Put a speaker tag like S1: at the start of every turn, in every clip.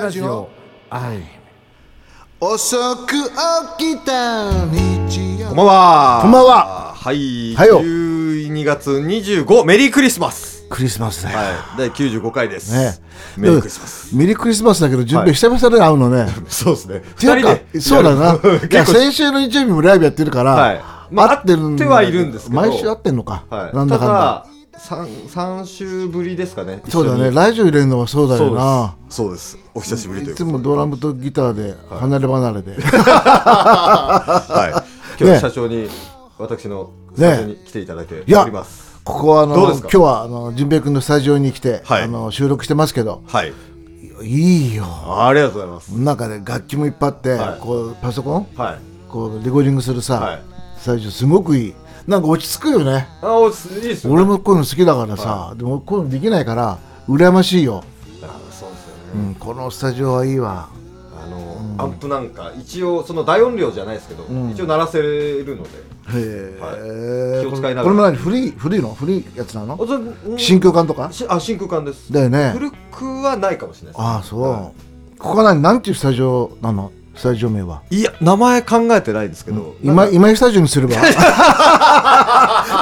S1: ラジオ
S2: はい
S1: 遅く起きた日曜
S2: こんばんは
S1: こんばんは
S2: はい、
S1: はいよ
S2: 12月25メリークリスマス
S1: クリスマスだよ、
S2: はい第95回です、
S1: ね
S2: メリークリスマス
S1: メリークリスマスだけど準備久々で会うのね、
S2: そうですね
S1: ていうか
S2: 二人で
S1: そう だな
S2: 結構
S1: いや先週の日曜日もライブやってるから、
S2: はいまあ
S1: 会ってるんだけど
S2: 会ってはいるんですけど
S1: 毎週会ってんのか、
S2: はい
S1: なんだかんだ
S2: ただ三三週ぶりですかね
S1: そうだね
S2: 一
S1: ラジオ入れるのはそうだ
S2: 緒に
S1: よな
S2: そうですそうですお久しぶりとい
S1: いうつ
S2: ことで
S1: もドラムとギターで離れ離れで、
S2: はい今
S1: ね
S2: 日社長に、私のスタジオに来ていただいて
S1: いや
S2: おります、
S1: ここはあの
S2: どうで
S1: 今
S2: すか
S1: 日はあの純平君のスタジオに来て、
S2: はい
S1: あの収録してますけど
S2: はい
S1: いいよ
S2: ありがとうございます
S1: なんかね楽器もいっぱいあって、
S2: はい
S1: こうパソコン
S2: はい
S1: こうレコーディングするさ、
S2: はい
S1: スタジオすごくいいなんか落ち着くよね
S2: あおいいですよね
S1: 俺もこういうの好きだからさ、でもこういうのできないから羨ましいよ、
S2: あそうですよね
S1: うん、このスタジオはいいわ
S2: あの、アンプなんか一応その大音量じゃないですけど、一応鳴らせるので
S1: へえ、
S2: 気を使いな
S1: こ
S2: がら
S1: れも何古い古いの古いやつなの
S2: おそうん
S1: 真空管とか
S2: しあ真空管です
S1: だよね
S2: 古くはないかもしれないです
S1: ああそう、
S2: は
S1: ここは何何ていうスタジオなのスタジオ名はい
S2: いや名前考えてないですけど、
S1: 今
S2: なんか
S1: 今井スタジオにすれ ば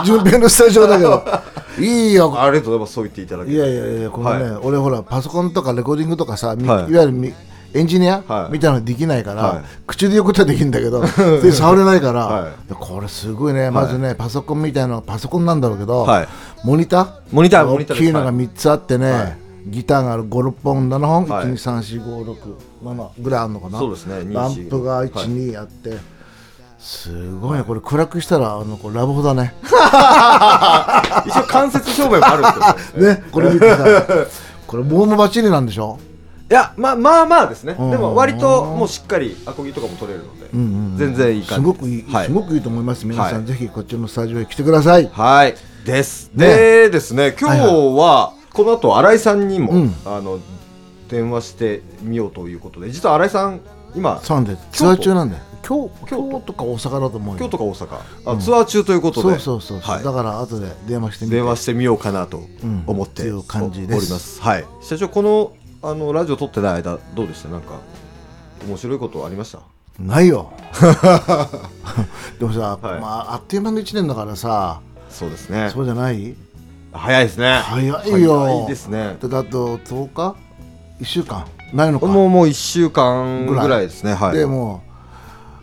S1: 順平のスタジオだけどいいよ
S2: ありがとうございますそう言っていただけて
S1: いやいやいやこのね、
S2: は
S1: 俺ほらパソコンとかレコーディングとかさ、み
S2: はい
S1: いわゆるみエンジニア、
S2: はい
S1: みたいなのできないから、
S2: はい
S1: 口で言うことはできるんだけ ど手で触れないから、
S2: はい
S1: これすごいねまずね、パソコンみたいなのパソコンなんだろうけど、
S2: はい
S1: モニター
S2: モニターモニ
S1: 大
S2: ターです
S1: きいのが
S2: はい
S1: 3つあってね、
S2: はい
S1: ギターが56本7本、
S2: はい
S1: 1 2 3 4 5 6 7ぐらいあるのかな
S2: そうですね
S1: ランプが
S2: はい
S1: 12、あってすごいねこれ暗くしたらあのこれラブホだね
S2: 一応間接照明もあるんですけどね
S1: ねこれ見てさこれ棒もバッチリなんでしょ
S2: いやまあまあまあですね、
S1: うん
S2: でも割ともうしっかりアコギとかも取れるので、全然いい感
S1: す
S2: じ
S1: ごくいい、
S2: はい
S1: すごくいいと思います皆さん、
S2: はい
S1: ぜひこっちのスタジオへ来てください
S2: はい。です。
S1: ね
S2: でですね、今日は、この後、新井さんにも、
S1: うん
S2: あの、電話してみようということで、実は新井さん、今、
S1: そうなんでツア
S2: 京都
S1: ー中なんで今日
S2: 京都
S1: 今日とか大阪だと思うよ
S2: 今日とか大阪、あツアー中ということ
S1: そ
S2: で、
S1: うそうそうそう、
S2: はい
S1: だから後で電話してみて
S2: 電話してみようかなと
S1: うん
S2: 思って、
S1: っていう感じです
S2: おおります。はい。社長、この、あの、ラジオ撮ってない間、どうでしたなんか、面白いことありました
S1: ない よでもさ、
S2: はい
S1: まあ、あっという間の1年だからさ
S2: そうですね。
S1: そうじゃない
S2: 早いですね。
S1: 早いよ
S2: 早いですね。
S1: だあと10日1週間ないのか
S2: もう、もう1週間ぐ
S1: ぐ
S2: ら
S1: ら
S2: いですね。はい。
S1: でも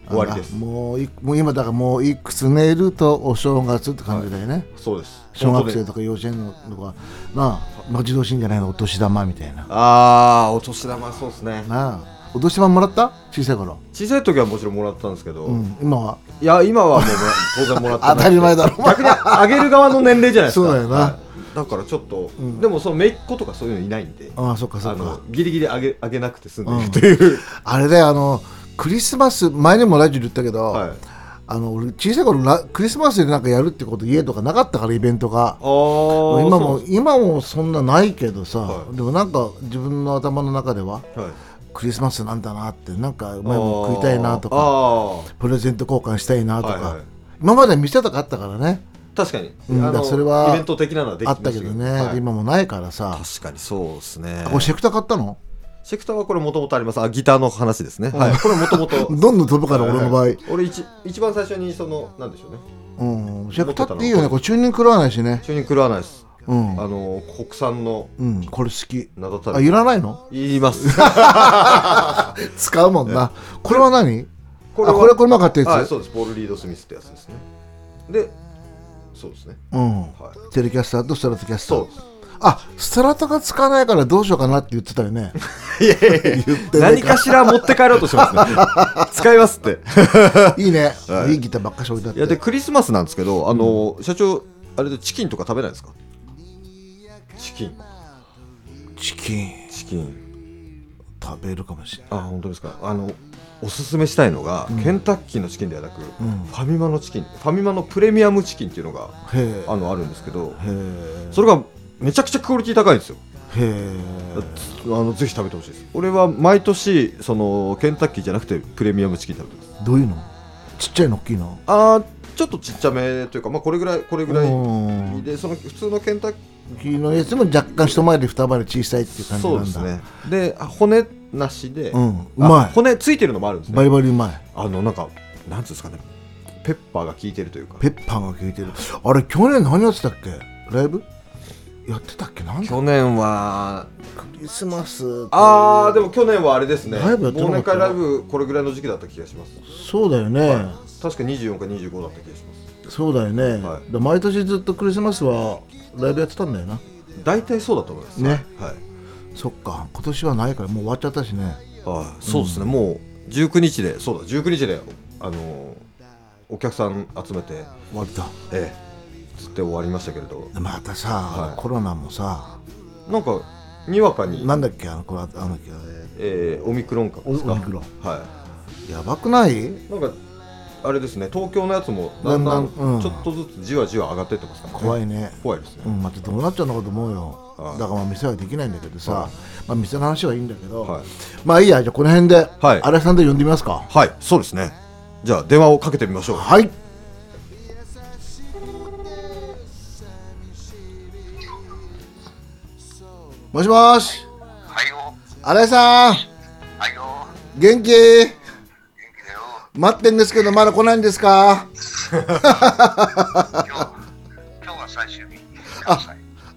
S1: う
S2: 終わりです
S1: なんだもういもう今だからもういくつ寝るとお正月って感じだよね、
S2: そうです。
S1: 小学
S2: 本
S1: 生
S2: 当に
S1: とか幼稚園のとかなあ待ち遠しいんじゃないのお年玉みたいな
S2: あー、お年玉、そうですね。
S1: なあお年玉もらった小さい頃、
S2: 小さい時はもちろんもらったんですけど、
S1: うん、今はい
S2: や今はもうもら当然もらってな
S1: 当
S2: い
S1: たり前だろ
S2: 逆にあげる側の年齢じゃないですか
S1: そうだよな
S2: はいだからちょっと、でもその姪っ子とかそういうのいないんであ
S1: ああそっかそっか
S2: のギリギリあげあげなくて済んでるという、
S1: あれだよあのクリスマス前にもラジオで言ったけど、
S2: はい
S1: あの俺小さい頃ラクリスマスでなんかやるってこと家とかなかったからイベントが
S2: あー
S1: 今も
S2: そ
S1: 今もそんなないけどさ、
S2: はい
S1: でもなんか自分の頭の中では
S2: うはい
S1: クリスマスなんだなってなんかうまいもん食いたいなと
S2: あ
S1: か
S2: ーあー
S1: プレゼント交換したいなとか、
S2: はいはい
S1: 今までは店とかあったからね
S2: 確かに、
S1: うんだ
S2: あ
S1: から
S2: の
S1: それは
S2: イベント的なのはでき
S1: あ
S2: ま
S1: ったけどね、
S2: はい
S1: 今もないからさ
S2: 確かにそうですね
S1: これシェクター買ったの
S2: シェクターはこれもともとありますあギターの話ですね、はいこれもともと
S1: どんどん飛ぶから俺の場合、
S2: 俺一一番最初にそのなんでしょうね
S1: うん、シェクターっていいよねこれチューニング食らわないしね
S2: 一緒に食らわないです
S1: うん、
S2: あの国産の
S1: うん、これ好き
S2: 名だた
S1: あ
S2: る
S1: いらないの
S2: 言います
S1: 使うもんなこれは何
S2: こ
S1: あこれこれうまかったやつ
S2: はいそうですポール・リード・スミスってやつですねでそうですね
S1: うん
S2: はい
S1: テレキャスターとストラトキャスター
S2: そうです
S1: あストラトが使わないからどうしようかなって言ってたよね
S2: いやいやいや何かしら持って帰ろうとしてますね 使いますって
S1: いいね、
S2: はい
S1: い、いギターばっかし置いてあっ
S2: い
S1: て
S2: やでクリスマスなんですけどあの、社長あれでチキンとか食べないですかチキン
S1: チキン
S2: チキン
S1: 食べるかもしれない
S2: あ本当ですかあのおすすめしたいのが、ケンタッキーのチキンではなく、ファミマのチキンファミマのプレミアムチキンっていうのが
S1: へ
S2: あのあるんですけど
S1: えへ
S2: それがめちゃくちゃクオリティ高いんですよ
S1: えへ
S2: あのぜひ食べてほしいです俺は毎年そのケンタッキーじゃなくてプレミアムチキン食べてます
S1: えどういうのちっちゃいの大きいの
S2: あーちょっとちっちゃめというか、まあ、これぐらいこれぐら
S1: う
S2: い
S1: ん
S2: でその普通のケンタッ
S1: 木のやつも若干一回り二回り小さいっていう感じな
S2: そ
S1: ん
S2: う
S1: だ
S2: ですねであ骨なしで、
S1: うんう
S2: あ
S1: まい
S2: 骨ついてるのもあるんです
S1: バリ
S2: ね
S1: バリうまい
S2: あのなんかなんつうんですかねペッパーが効いてるというか
S1: ペッパーが効いてるあれ去年何やってたっけライブやってたっけなんだ
S2: 去年は
S1: クリスマス
S2: ああでも去年はあれですね
S1: ライブやってなか
S2: 忘年
S1: った
S2: 会
S1: な
S2: ライブこれぐらいの時期だった気がします
S1: そうだよね、
S2: 確か24か25だった気がします
S1: そうだよね、
S2: はい
S1: だ毎年ずっとクリスマスはライブやってたんだよな
S2: 大体そうだと思います
S1: ね
S2: はい、
S1: そっか今年はないからもう終わっちゃったしね
S2: あそうですね、もう19日でそうだ19日であのお客さん集めて
S1: 終わった
S2: ええつって終わりましたけれど
S1: またさ、
S2: はい
S1: コロナもさ
S2: なんかにわかに
S1: なんだっけあのこれあの時は
S2: えーオミクロン株ですか
S1: オミクロン
S2: は
S1: やばくない
S2: いなんかあれですね東京のやつもだんだん
S1: だんだんうん
S2: ちょっとずつじわじわ上がってってますからね
S1: 怖いね
S2: 怖いですね、
S1: うん、またどうなっちゃうのかと思うよ
S2: はい
S1: だからまあ店はできないんだけどさ、
S2: はい
S1: まあ店の話はいいんだけど、
S2: はい
S1: まあいいやじゃあこの辺で、
S2: はい
S1: 荒井さんで呼んでみますか
S2: はいそうですねじゃあ電話をかけてみましょう
S1: はいもしもし
S3: はいよ、
S1: 荒井さん
S3: はいよ、
S1: 元気
S3: 元気だよ。
S1: 待ってんですけどまだ来ないんですか
S3: 今日、今日が最終日。
S1: あ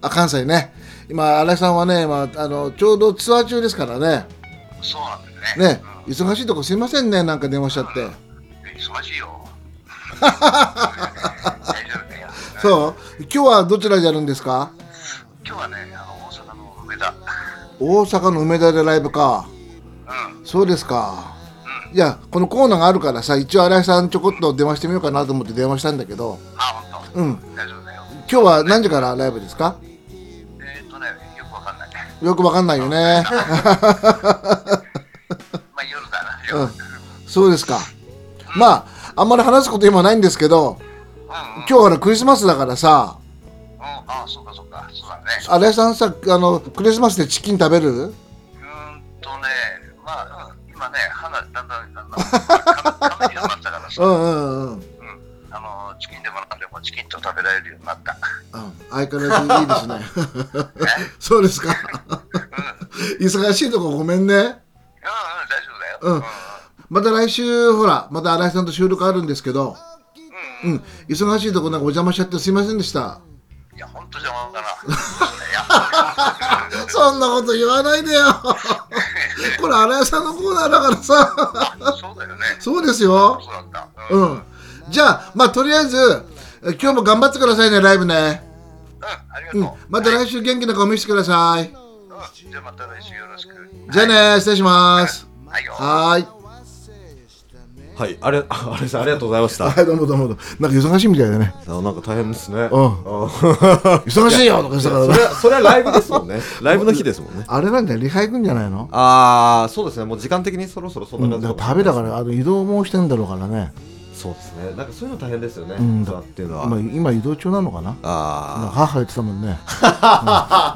S1: あ関西ね今荒井さんはね、まあ、あのちょうどツアー中ですからね
S3: そうなんだよね。
S1: ね忙しいとこすいませんねなんか電話しちゃって
S3: うん忙しいよ。大丈夫だよ。
S1: そう今日はどちらでやるんですか
S3: 今日はね、あの大阪の梅田。
S1: 大阪の梅田でライブか
S3: うん、
S1: そうですかいやこのコーナーがあるからさ一応荒井さんちょこっと電話してみようかなと思って電話したんだけど
S3: あ、本当。
S1: うん
S3: 大丈夫だよ。
S1: 今日は何時からライブですか
S3: えーっとね、よくわかんない。
S1: よくわかんないよ ね
S3: まあ、夜だな。夜
S1: うんそうですかまああんまり話すこと今ないんですけど
S3: うん、うん、
S1: 今日ほらクリスマスだからさ
S3: うん、あ、そうか、そうか、そうだね。
S1: 荒井さんさあのクリスマスでチキン食べる
S3: うーんとね、まあ、うん今ね、花、だんだん、だん だん、カメになったから
S1: う
S3: さ。
S1: んうんうんうん
S3: うんあのチキンでもなんでもチキンと食べられるようになった。
S1: 相変わらずいいですね そうですか忙しいとこごめんね
S3: うんうん、大丈夫だ
S1: う
S3: よ。
S1: んまた来週ほらまた新井さんと収録あるんですけど
S3: うん
S1: うん忙しいとこなんかお邪魔しちゃってすいませんでした
S3: いや、本当邪魔だな。いや、
S1: そんなこと言わ ないでよこれ新井さんのコーナーだからさ
S3: そうだよね。
S1: そうですよ
S3: そうだった。う、
S1: うん
S3: うん、
S1: んじゃあまあとりあえずえ今日も頑張ってくださいねライブね
S3: ありがと
S1: う
S3: う。
S1: んまた来週元気な顔見せてください
S3: うん、じゃあまた来週よろしく。
S1: じゃあね失礼します
S3: はいよ。
S1: はーい
S2: はいあれああれさんありがとうございま した
S1: はいどうもどうもどうもなんか忙しいみたいだね
S2: あなんか大変ですねうん
S1: ん
S2: あそ
S1: 忙しいよとかしたからね
S2: れはそれはライブです もんねライブの日ですもんね
S1: あれなんだよリハ行くんじゃないの
S2: ああそうですねもう時間的にそろそろそんな
S1: うん
S2: 感じ
S1: だ
S2: も
S1: から旅だからあの移動もしてんだろうからね
S2: そうですねなんかそういうの大変ですよね
S1: ん
S2: ツアーっていうのは
S1: まあ今移動中なのかななん
S2: あ
S1: か母言ってた もんね、う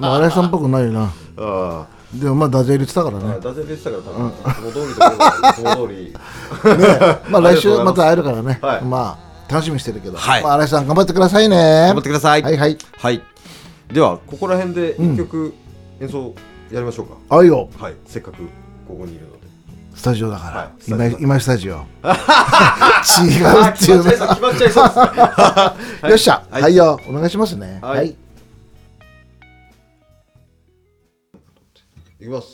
S1: ん、荒井さんっぽくないよな
S2: ーあ
S1: でもまあダジャレ言ってたから
S2: ーあ
S1: ね
S2: ー、ダジャレでしたから多分、いつも通りとい うかいつも通り
S1: まあ来週
S2: ありがとうございます
S1: また会えるからね、
S2: はい
S1: まあ楽しみにしてるけど、
S2: はい
S1: まあ、荒井さん頑張ってくださいね
S2: 頑張ってください
S1: はいはい
S2: はいではここら辺で一曲演奏やりましょうか、
S1: あいよ
S2: はいせっかくここにい るので
S1: スタジオだから、
S2: はいスタジ
S1: 今
S2: オ
S1: 今スタジオ違う っていうね
S2: 決まっちゃいそうですねはい
S1: よっしゃ、
S2: はい
S1: はい、よお願いしますね
S2: はい
S1: はい
S2: いきます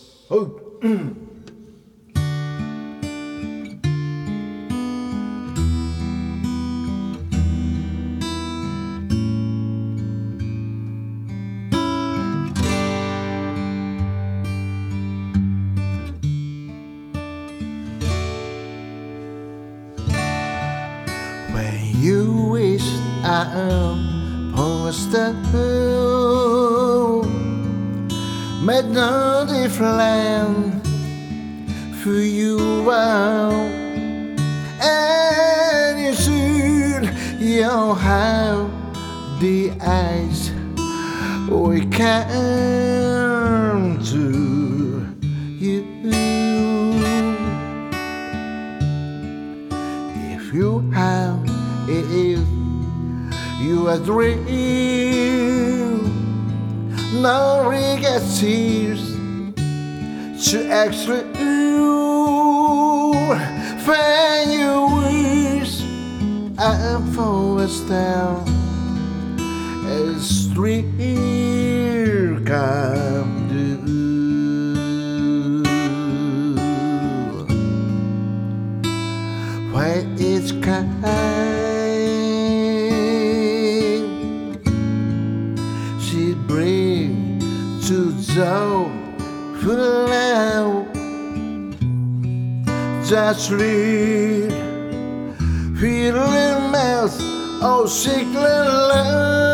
S1: When you wish I am post a fool Make no difference who you are And you should you have the eyes we can to you if you have, if you a dream, only gets tears to extra you find your words and for us down a street come do when it's kind she bring to the flow just read feeling mouth oh sickly love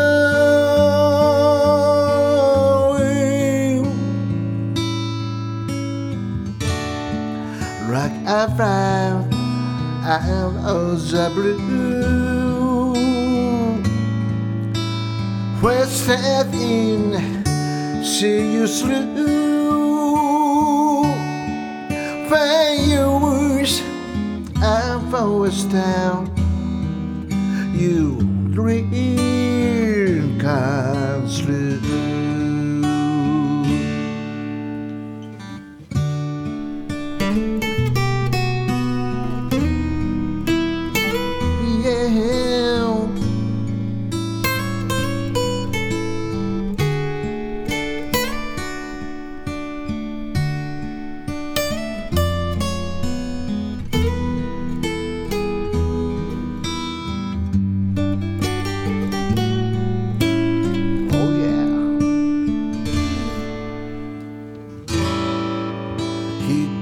S1: rock around out of the blue. Where set in, see you through. Find your wish, I'm always down. You dream comes true.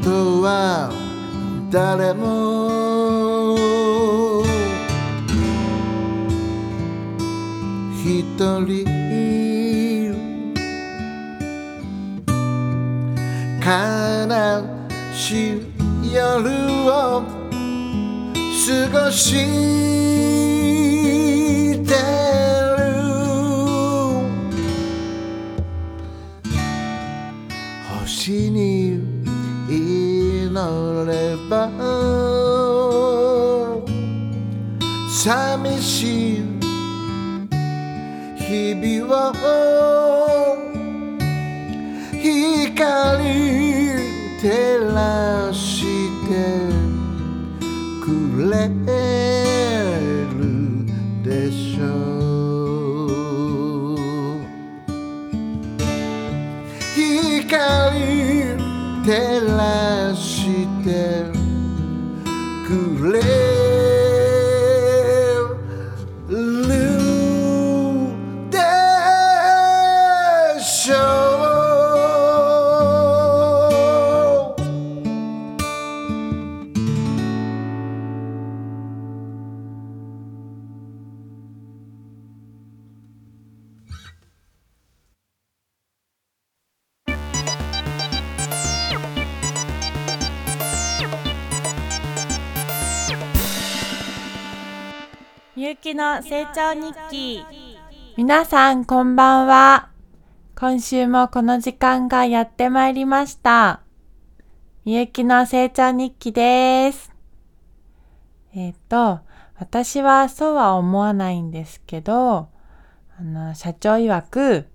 S1: 人は誰も一人悲しい夜を過ごしてる星に祈れば寂しい日々を光照らしてくれるでしょう光照らしてくれるでしょう
S4: みゆきの成長日記皆さんこんばんは今週もこの時間がやってまいりましたみゆきの成長日記ですえっ、と私はそうは思わないんですけどあの社長曰く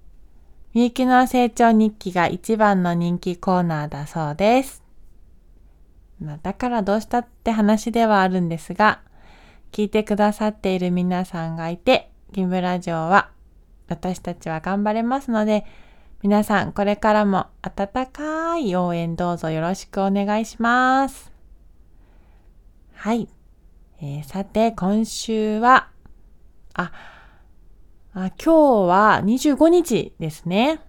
S4: みゆきの成長日記が一番の人気コーナーだそうですまあだからどうしたって話ではあるんですが聞いてくださっている皆さんがいて、ギムラジオは私たちは頑張れますので、皆さんこれからも温かい応援どうぞよろしくお願いします。はい。えーさて、今週は、あ、あ、今日は25日ですね。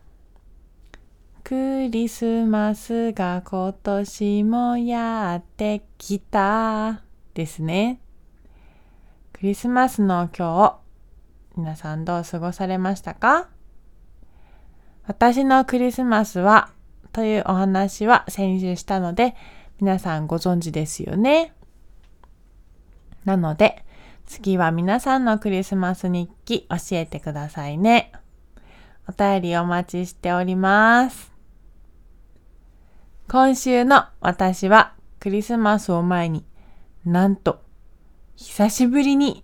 S4: クリスマスが今年もやってきたですね。クリスマスの今日、皆さんどう過ごされましたか私のクリスマスは、というお話は先週したので、皆さんご存知ですよね。なので、次は皆さんのクリスマス日記教えてくださいね。お便りお待ちしております。今週の私はクリスマスを前になんと久しぶりに、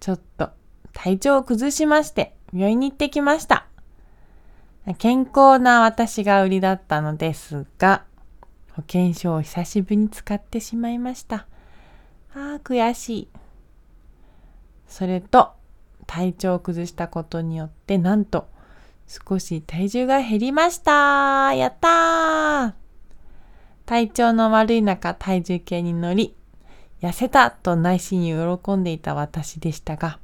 S4: ちょっと体調を崩しまして、病院に行ってきました。健康な私が売りだったのですが、保険証を久しぶりに使ってしまいました。ああ、悔しい。それと、体調を崩したことによって、なんと、少し体重が減りましたやったー体調の悪い中、体重計に乗り、痩せたと内心に喜んでいた私でしたが、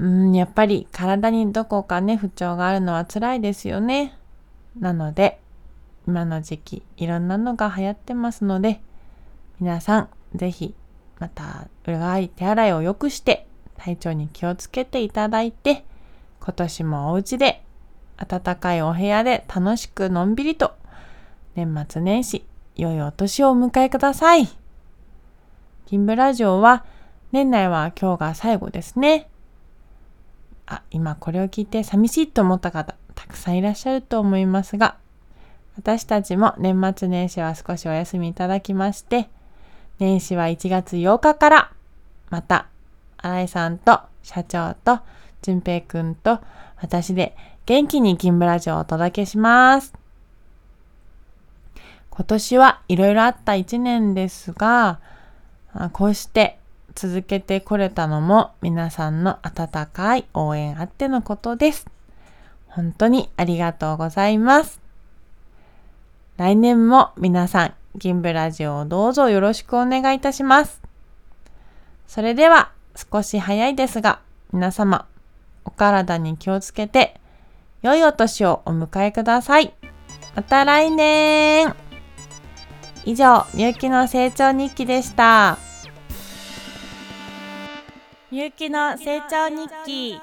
S4: うーん、やっぱり体にどこかね、不調があるのは辛いですよね。なので、今の時期、いろんなのが流行ってますので、皆さん、ぜひ、また、うがい、手洗いを良くして、体調に気をつけていただいて、今年もお家で、暖かいお部屋で楽しくのんびりと、年末年始、良いお年をお迎えください。金ブラジオは、年内は今日が最後ですね。あ、今これを聞いて寂しいと思った方、たくさんいらっしゃると思いますが、私たちも年末年始は少しお休みいただきまして、年始は1月8日から、また、新井さんと社長と淳平くんと私で元気に金ブラジオをお届けします。今年はいろいろあった1年ですが、あこうして続けてこれたのも皆さんの温かい応援あってのことです。本当にありがとうございます。来年も皆さん、銀ブラジオをどうぞよろしくお願いいたします。それでは少し早いですが、皆様、お体に気をつけて、良いお年をお迎えください。また来年以上、みゆきの成長日記でした。みゆきの成長日記。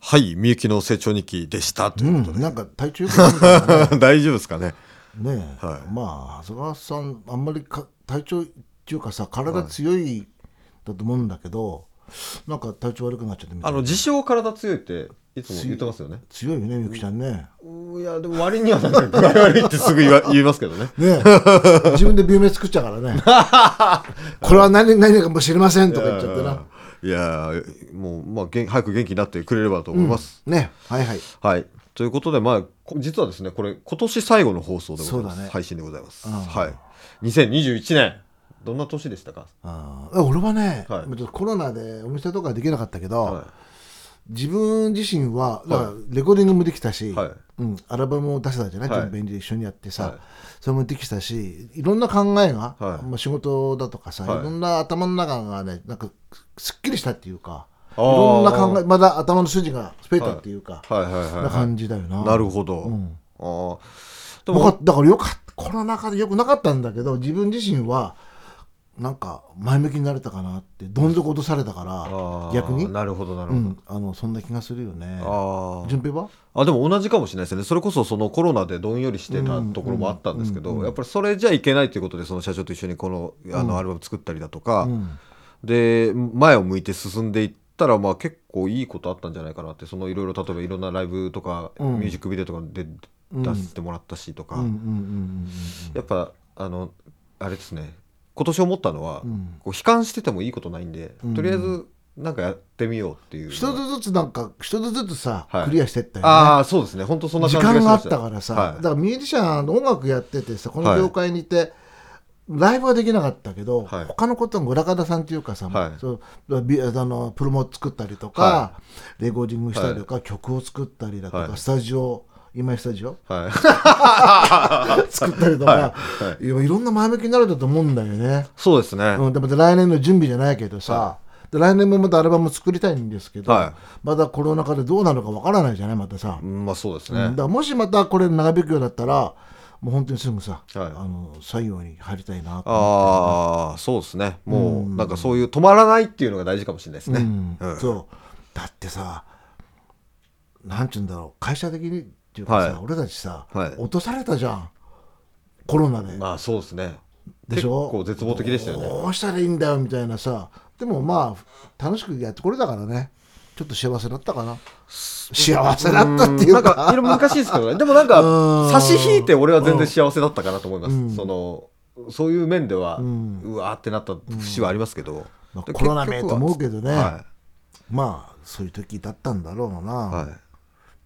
S2: はい、みゆきの成長日記でしたと
S1: う
S2: いうこと
S1: ん、
S2: で。
S1: なんか体調良くなるから
S2: 大丈夫ですかね。
S1: ねえ、
S2: はい
S1: まあ長谷川さんあんまりか体調っていうかさ体強いだと思うんだけど、なんか体調悪くなっちゃってみた
S2: あ
S1: い
S2: の自称体強いっていつも言ってますよね。
S1: 強いよねみゆきちゃんね
S2: いやでも割にはなんか具合悪いってすぐ言わ 言いますけどね。
S1: ね え自分で病名作っちゃうからねこれは何何かもしれませんとか言っちゃってない
S2: やもうまあげん早く元気になってくれればと思います。
S1: ねはいはい
S2: はい。ということでまあこ実はですねこれ今年最後の放送でございま
S1: そ
S2: す、
S1: うだね
S2: 配信でございます。
S1: うん
S2: はい。2021年どんな年でしたか。
S1: あー俺はね、
S2: はい
S1: ちょっとコロナでお店とかできなかったけど、
S2: は
S1: 自分自身は、だからレコーディングもできたし、
S2: はい
S1: うん、アルバムも出せたじゃない、
S2: はい
S1: 順便で一緒にやってさ、
S2: はい
S1: それもできたしいろんな考えが、
S2: はい
S1: まあ、仕事だとかさ、
S2: はい
S1: い、ろんな頭の中がねなんかすっきりしたっていうかい
S2: あー
S1: ろんな考えまだ頭の筋が増えたっていうか、
S2: いはいはいはい、
S1: な感じだよな。
S2: なるほど。
S1: うん
S2: ああ。
S1: よか
S2: でも
S1: っだからよかったコロナ禍でよくなかったんだけど自分自身はなんか前向きになれたかなってどん底落とされたから
S2: あー
S1: 逆に
S2: なるほどなる
S1: う
S2: ほど。
S1: ん、あのそんな気がするよね。
S2: ああ。
S1: 順平は
S2: あでも同じかもしれないですねそれこそそのコロナでどんよりしてたところもあったんですけど、
S1: うんうんうん
S2: やっぱりそれじゃいけないということでその社長と一緒にこのあ
S1: うん
S2: のアルバム作ったりだとか、
S1: うん
S2: で前を向いて進んでいったらまあ結構いいことあったんじゃないかなってそのいろいろ例えばいろんなライブとか、
S1: うん
S2: ミュージックビデオとかで
S1: うん
S2: 出してもらったしとか、
S1: うんうんうんうん
S2: やっぱあのあれですね今年思ったのは、
S1: うん
S2: こう悲観しててもいいことないんで、
S1: うん
S2: とりあえずなんかやってみようってい
S1: う
S2: う
S1: ん、
S2: のが
S1: 一つずつなんか一つずつさ、
S2: はい
S1: クリアしてったよね
S2: ああそうですね本当そんな
S1: 時間
S2: 感じが
S1: が
S2: し
S1: あ
S2: ま
S1: っ
S2: した
S1: たからさ、
S2: はい
S1: だからミュージシャンの音楽やっててさこの
S2: はい
S1: 業界にいて、ライブはできなかったけど、
S2: はい
S1: 他のことの裏方さんっていうかさ、
S2: はい
S1: そうビあのプロモ作ったりとか、
S2: は
S1: レコーディングしたりとか、曲を作ったりだとか、
S2: はい
S1: スタジオ今井スタジオ
S2: は い
S1: 作ったりとか、
S2: はいはい
S1: いやいろんな前向きになれたと思うんだよね。
S2: そうですね。
S1: うん、でも来年の準備じゃないけどさ、
S2: は
S1: で来年もまたアルバム作りたいんですけど、
S2: は
S1: まだコロナ禍でどうなるかわからないじゃないまたさ、
S2: うんまあそうです
S1: うんだ
S2: ね
S1: か。らもしまたこれ長引くようだったらもう本当にすぐさ、
S2: はい
S1: あの採用に入りたいなと
S2: ああ、そうですね。も
S1: う
S2: うんなんかそういう止まらないっていうのが大事かもしれないですね。
S1: うん
S2: うん
S1: そうだってさなんちゅうんだろう会社的にっていうかさ、
S2: はい
S1: 俺たちさ、
S2: はい
S1: 落とされたじゃんコロナで、
S2: まあそうですね
S1: でしょ
S2: 結構絶望的でしたよね
S1: どうしたらいいんだよみたいなさでもまあ楽しくやってこれたからねちょっと幸せだったかな幸せだったっていう
S2: なんかいろいろ難しいですけどねでもなんか
S1: うん
S2: 差し引いて俺は全然幸せだったかなと思います、
S1: うん
S2: そのそういう面では、うんわーってなった節はありますけど、
S1: まあコロナめと思うけどね、
S2: は
S1: まあそういう時だったんだろうな、
S2: いはい
S1: っ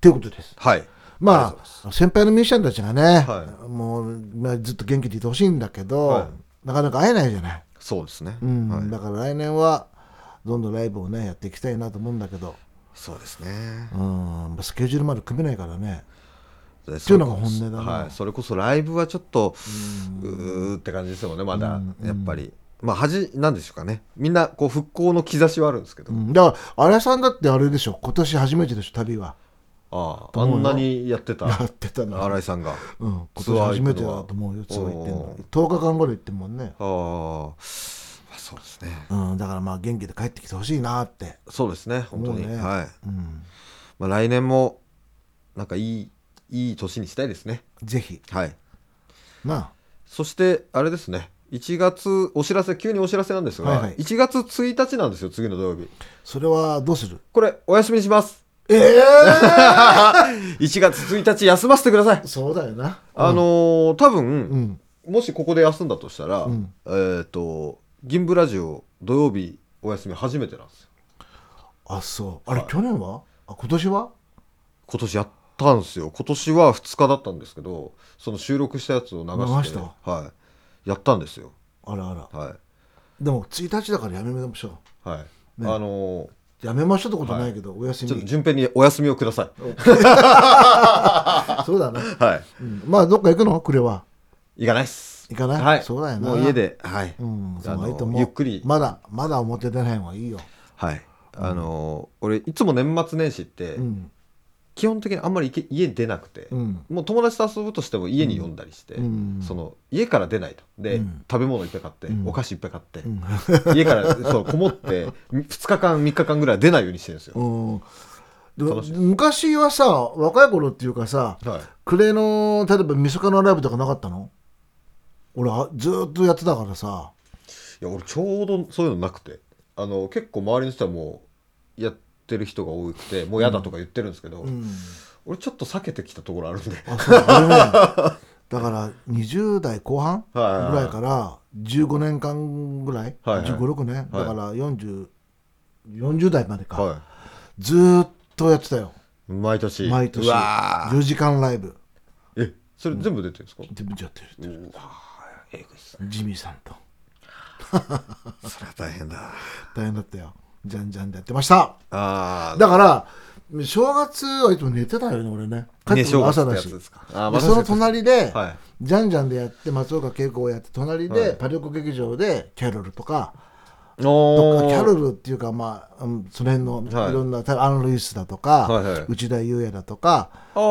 S1: ていうことです
S2: はいありがとう
S1: ま
S2: ござい
S1: あ先輩のミュージシャンたちがね、
S2: は
S1: もう、まあ、ずっと元気でいてほしいんだけど、
S2: は
S1: なかなか会えないじゃない、
S2: そうですね、
S1: うん
S2: はい
S1: だから来年はどんどんライブをねやっていきたいなと思うんだけど、
S2: そうですね
S1: うんまあスケジュールまで組めないからね
S2: で
S1: ていうのが本音だな
S2: はい、それこそライブはちょっとうーって感じですよねまだやっぱりまあ恥なんでしょうかねみんなこう復興の兆しはあるんですけど、
S1: うんだから荒井さんだってあれでしょ今年初めてでしょ旅は
S2: ああ
S1: と
S2: あ
S1: 思うんよ
S2: なに やってた
S1: やってたの
S2: 新井さんが
S1: うん、今
S2: ツ
S1: 年
S2: アー
S1: 初
S2: 行
S1: め
S2: く
S1: て
S2: のは
S1: だと思うよツアー行ってん
S2: お
S1: の
S2: ー
S1: 10日間ぐらい行ってんもんね、
S2: ああ、まあ、そうですね
S1: うん、だからまあ元気で帰ってきてほしいなって、
S2: そうですね本当に、
S1: もうね
S2: はい、
S1: うん、
S2: まあ、来年もなんかいいいい年にしたいですね
S1: ぜひ
S2: はい
S1: な
S2: そしてあれですね1月お知らせ急にお知らせなんですが、
S1: はいはい
S2: 1月1日なんですよ次の土曜日
S1: あそれはどうする
S2: これお休みにします
S1: ええ
S2: 1月1日休ませてください。
S1: そうだよな
S2: あのー多
S1: う
S2: 分、
S1: ん
S2: もしここで休んだとしたら、
S1: うん
S2: えっ、と、銀ブラジオ土曜日お休み初めてなんですよ。
S1: あそうあれ、
S2: はい
S1: 去年はあ今年は
S2: 今年やったんですよ。今年は2日だったんですけど、その収録したやつを流
S1: 流
S2: して、
S1: し
S2: はい、やったんですよ。
S1: あらあら
S2: は
S1: でも1日だからやめましょ
S2: い。はい。
S1: ね
S2: あのー
S1: うやめましょうってことはないけど、お休
S2: ちょっと
S1: み
S2: 順平にお休みをくださ
S1: そうだな、
S2: い。はい。
S1: うん、まあどっか行くのクレは
S2: 行かないっす。
S1: 行かない
S2: はい。
S1: そうだよな
S2: もう家で、はい。
S1: うんそ
S2: あ
S1: う
S2: の
S1: がいいと思う
S2: ゆっくり
S1: まだまだ表出ない方がいいよ
S2: はい。あのー俺、いつも年末年始って、
S1: うん
S2: 基本的にあんまり行け家出なくて、
S1: うん
S2: もう友達と遊ぶとしても家に呼んだりして、
S1: うん
S2: その家から出ないとで、
S1: うん
S2: 食べ物いっぱい買って、
S1: ん
S2: お菓子いっぱい買って、
S1: ん
S2: 家からそうこもって2日間3日間ぐらいは出ないようにしてるんですよ、
S1: うんで
S2: 楽しい
S1: 昔はさ若い頃っていうかさ
S2: はい、
S1: クレの例えばみそかのライブとかなかったの俺はずーっとやってたからさ
S2: いや俺ちょうどそういうのなくてあの結構周りの人はもうやってる人が多くてもう嫌だとか言ってるんですけど、
S1: うん
S2: 俺ちょっと避けてきたところあるんで
S1: あそう俺ねだから20代後半ぐ
S2: はいはいはい
S1: らいから15年間ぐらい、
S2: はいはい
S1: 1 5 6年、
S2: はい
S1: だから4040 40代までか、
S2: は
S1: ずーっとやってたよ
S2: い毎年
S1: 毎年
S2: うわー
S1: 4時間ライブ
S2: えそれ全部出てるんですか、
S1: 全部やってる
S2: うわーえぐいっす
S1: ジミーさんと
S2: それは大変だ
S1: 大変だったよじゃんじゃんでやってました
S2: ああ
S1: だから正月はいつも寝てたよね俺ね帰ってくるの朝だし、
S2: ね正月ってやつですかあー
S1: で
S2: まさし
S1: その隣で、
S2: はい
S1: じゃんじゃんでやって松岡慶子をやって隣で、
S2: はい
S1: パリオコ劇場でキャロルとか
S2: お
S1: キ
S2: ー
S1: ャロルっていうか、まあ、うんその辺
S2: は
S1: の
S2: い
S1: いろんな、アン・ルイスだとか、
S2: はいはい
S1: 内田裕也だとか、
S2: あーあ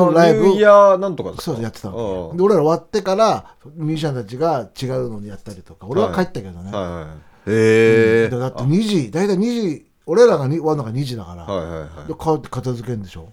S1: のライブ
S2: ニューイヤーなんとかですか
S1: そうやってたの。で、
S2: の
S1: 俺ら終わってから、ミュージシャンたちが違うのにやったりとか、俺は帰ったけどね。
S2: はいはいへえ
S1: でだって2時、大体2時、俺らがに終わるのが2時だから、
S2: はいはいはい
S1: で帰って片付けるんでしょ。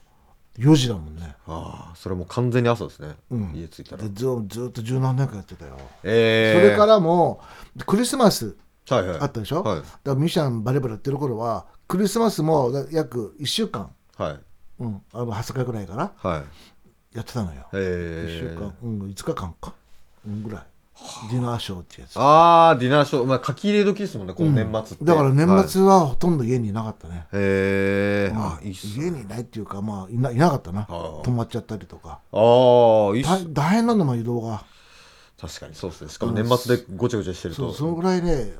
S1: 4時だもんね。
S2: ああそれもう完全に朝ですね
S1: ん
S2: 家着いたら
S1: でずずっと十何年間やってたよ。
S2: え
S1: それからもう、クリスマス
S2: らはいはい
S1: あったでしょ、
S2: はい
S1: だからミュージシャンバレバレやってる頃は、クリスマスもだ約1週間。
S2: はい
S1: うん、あの20日ぐらいから
S2: はい
S1: やってたのよ、一
S2: え
S1: 週間、うん、5日間か、うん、ぐらいディナーショーってやつ
S2: ああディナーショーまあ書き入れ時ですもんねこの年末って
S1: だから
S2: はい
S1: 年末はほとんど家にいなかったね、
S2: へえ
S1: うん
S2: あいいっすね
S1: 家にいないっていうかまあいないなかったな
S2: ああ
S1: 泊まっちゃったりとか
S2: ああいいっ
S1: 大
S2: す
S1: 大変なのも移動が
S2: 確かにそうですねしかも年末でごちゃごちゃしてる
S1: そ
S2: と
S1: うそのぐらいね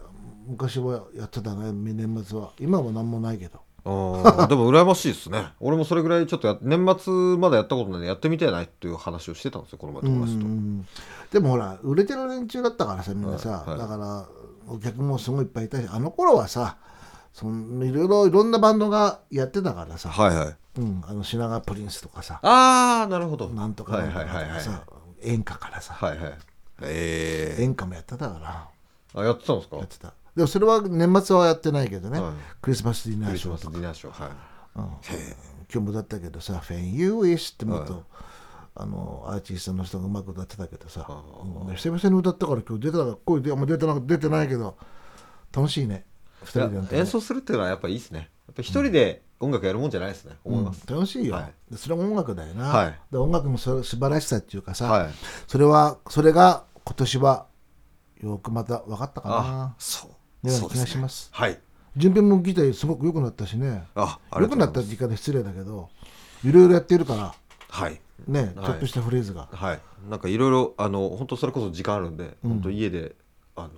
S1: 昔はやってたね年末は今は何もないけど
S2: あーでも羨ましいですね俺もそれぐらいちょっとや年末まだやったことないんでやってみたいなっていう話をしてたんですよこの前友達と、
S1: うんでもほら売れてる連中だったからさみんなさ、
S2: はいはい
S1: だからお客もすごいいっぱいいたしあの頃はさそのいろいろいろんなバンドがやってたからさ、
S2: はいはい
S1: うん、あの品川プリンスとかさ
S2: ああなるほど
S1: なんとか
S2: は
S1: ないんと
S2: はい
S1: か
S2: はい
S1: と
S2: は
S1: か
S2: い
S1: さ演歌からさ、
S2: はいはいええ
S1: 演歌もやってたから
S2: あやってたんですか
S1: やってたでもそれは年末はやってないけどね、
S2: はい
S1: クリスマスディナ
S2: ク
S1: ー
S2: リ
S1: シ
S2: ス
S1: ョー
S2: マ
S1: と
S2: ス
S1: か
S2: ディナーショーはい
S5: 今日もだったけどさ「フェン・ユーイス」ってもっと、あのアーティストの人がうまく歌ってたけどさ、うん、久々に歌ったから今日出てなかった声であんま出てな出てないけど楽しいね2人でやるとね
S2: 演奏するっていうのはやっぱいいですねやっぱ一人で音楽やるもんじゃないですね、思います、
S5: 楽しいよ、
S2: は
S5: でそれも音楽だよな、
S2: はい
S5: で音楽のそ素晴らしさっていうかさ、
S2: はい
S5: それはそれが今年はよくまた分かったかな
S2: あそう
S5: ね
S2: そうですね
S5: 気がします
S2: はい
S5: 順平もギターすごく良くなったしね
S2: ああり
S5: 良
S2: がと
S5: く
S2: うご
S5: な
S2: ざ
S5: っ
S2: い
S5: た
S2: ま
S5: っ
S2: す
S5: て言い方失礼だけどいろいろやってるから
S2: はい
S5: ね、
S2: はい
S5: ちょっとしたフレーズが
S2: はいなんかいろいろあの本当それこそ時間あるんで、本当家であの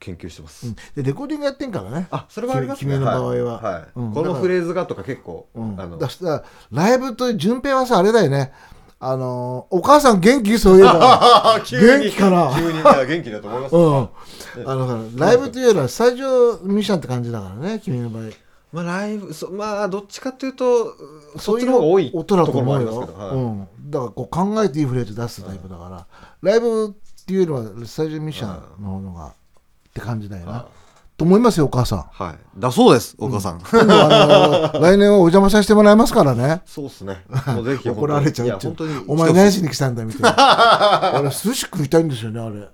S2: 研究してます、
S5: うんでレコーディングやってんからね
S2: あそれはありますね
S5: 君の場合は、
S2: いい
S5: うん
S2: こ
S5: だ
S2: の
S5: から
S2: フレーズがとか結構、
S5: うん
S2: あの
S5: だからライブと順平はさあれだよねあのーお母さん元気そういえ ば
S2: 急に
S5: 元気かな
S2: 急にいや元気だと思います、
S5: うんあのライブというよりはスタジオミュージシャンって感じだからね君の場合
S2: まあライブそまあどっちかというとう
S5: そ
S2: そうっ
S5: い
S2: ち
S5: う
S2: の方が多い
S5: 音だと
S2: ころも
S5: 思
S2: あ
S5: う
S2: り
S5: よ
S2: ますけど、はい
S5: うん、だからこう考えていいフレーズ出すタイプだから、ライブっていうのはスタジオミュージシャンの方のがって感じだよな、と思いますよお母さん
S2: はい、だそうですお母さん、
S5: 今度あの来年はお邪魔させてもらいますからね
S2: そうですねもうぜひ
S5: 怒られちゃう
S2: いや
S5: っていう
S2: 本当に
S5: お前何しに来たんだみたいなあれ寿司食いたいんですよねあれ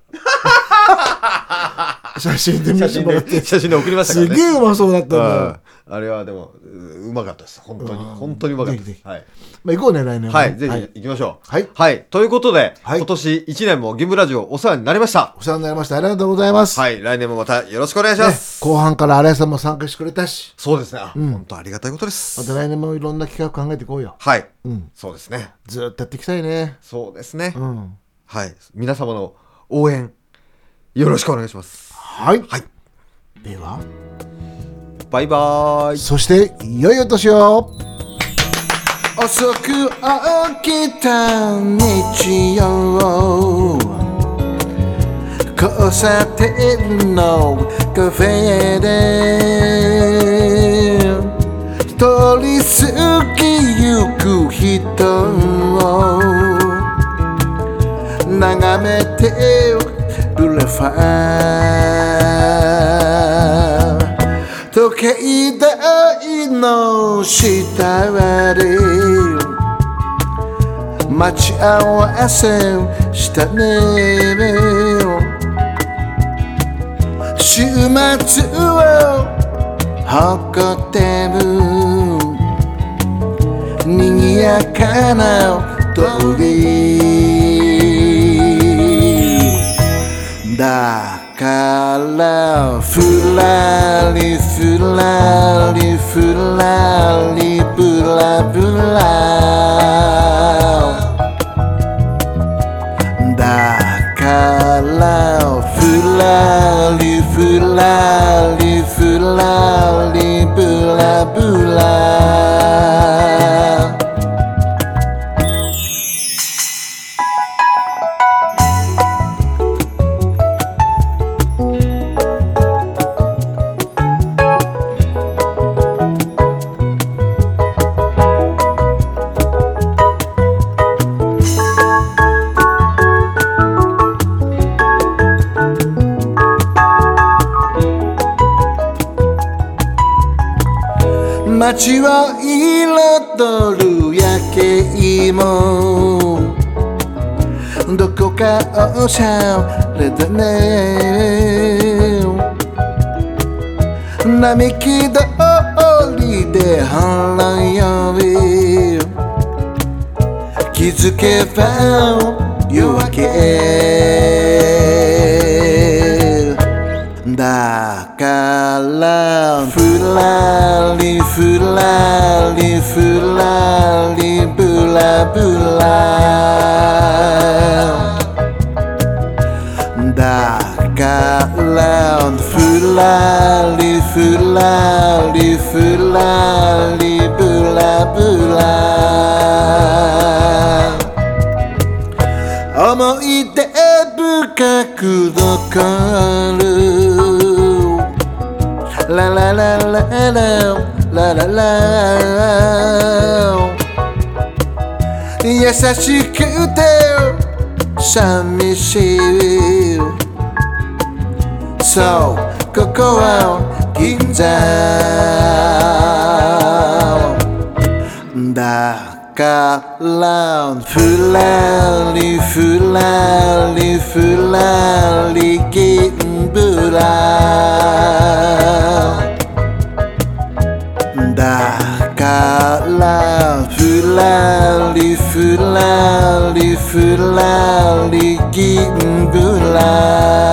S5: 写真で見
S2: 写
S5: せて
S2: 真
S5: もらって
S2: で写真で送りましたか
S5: す
S2: らね
S5: げえうまそうだったんだよ、
S2: あれはでもううまかったです本当に
S5: うん
S2: 本当にうまかったです
S5: ぜひぜひ
S2: はい、
S5: まあ、行こうね来年
S2: は
S5: ね
S2: い、ぜひ行きましょう
S5: はい
S2: はい、ということで、
S5: はい
S2: 今年1年もギムラジオお世話になりました
S5: お世話になりましたありがとうございます、
S2: はい来年もまたよろしくお願いし
S5: ね
S2: ます、
S5: 後半から新井さんも参加してくれたし
S2: そうですねあ本当ありがたいことです、
S5: また来年もいろんな企画考えていこうよ
S2: はい、
S5: うん
S2: そうですね
S5: ずーっとやっていきたいね
S2: そうですね、
S5: うん
S2: はい皆様の応援よろしくお願いします
S5: はい、
S2: はい
S5: では
S2: バイバーイ
S5: そして良いお年を遅く起きた日曜交差点のカフェで通り過ぎゆく人を眺めてるレファー時計台の下で待ち合わせしたね週末を誇ってる賑やかな通りだからふらりふらりふらりぶらぶらだからふらりふらりふらりぶらぶら街を彩る夜景もどこかおしゃれだね並木通りで花より気づけば夜明けだからふらりふらりふらりぶらぶらだからふらりふらりふらりぶらぶら思い出深く残るララララララララ優しくて寂しいそうここは銀座だからふらりふらりふらり銀ぶらだからふらりふらりふらり銀ぶら